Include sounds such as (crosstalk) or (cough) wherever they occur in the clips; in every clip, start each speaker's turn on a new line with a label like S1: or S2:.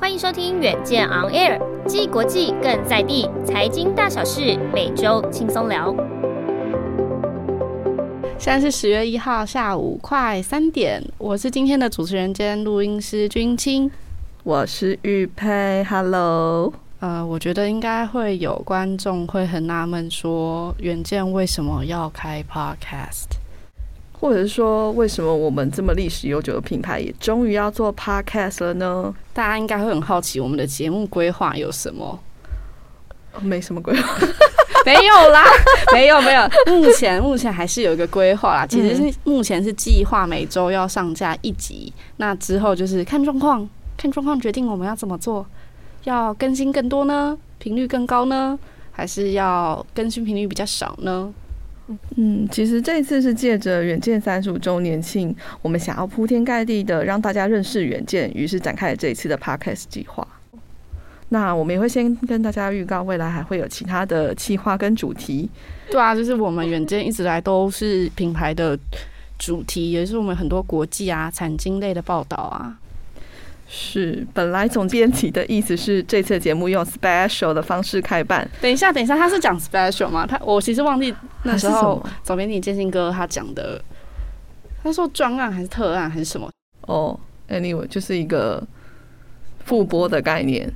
S1: 欢迎收听《远见 On Air》，既国际更在地，财经大小事每周轻松聊。
S2: 现在是十月一号下午快三点，我是今天的主持人兼录音师君清。
S3: 我是玉佩，Hello。
S2: 呃，我觉得应该会有观众会很纳闷，说原件为什么要开 podcast？
S3: 或者是说，为什么我们这么历史悠久的品牌也终于要做 podcast 了呢？
S2: 大家应该会很好奇我们的节目规划有什么？
S3: 哦没什么 (laughs) 规划，
S2: 没有啦，没有没有，目前目前还是有一个规划啦。其实是目前是计划每周要上架一集，那之后就是看状况，看状况决定我们要怎么做，要更新更多呢，频率更高呢，还是要更新频率比较少呢？
S3: 嗯，其实这次是借着远见三十五周年庆，我们想要铺天盖地的让大家认识远见，于是展开了这一次的 podcast 计划。那我们也会先跟大家预告，未来还会有其他的计划跟主题。
S2: 对啊，就是我们远见一直来都是品牌的主题，也是我们很多国际啊、产经类的报道啊。
S3: 是，本来总编辑的意思是这次的节目用 special 的方式开办，
S2: 等一下，等一下，他是讲 special 吗？他我其实忘记那时
S3: 还是什
S2: 候
S3: 么
S2: 总编辑建信哥他讲的，他说专案还是特案还是什么
S3: 哦、a n y w a y 就是一个复播的概念。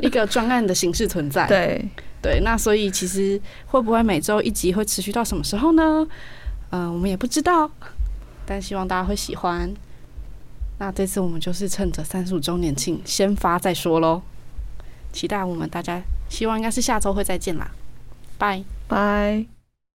S2: 一个专案的形式存在。
S3: 对，
S2: 对，那所以其实会不会每周一集会持续到什么时候呢？嗯、我们也不知道，但希望大家会喜欢。那这次我们就是趁着三十五周年庆先发再说喽，期待我们大家，希望应该是下周会再见啦，拜。
S3: 拜。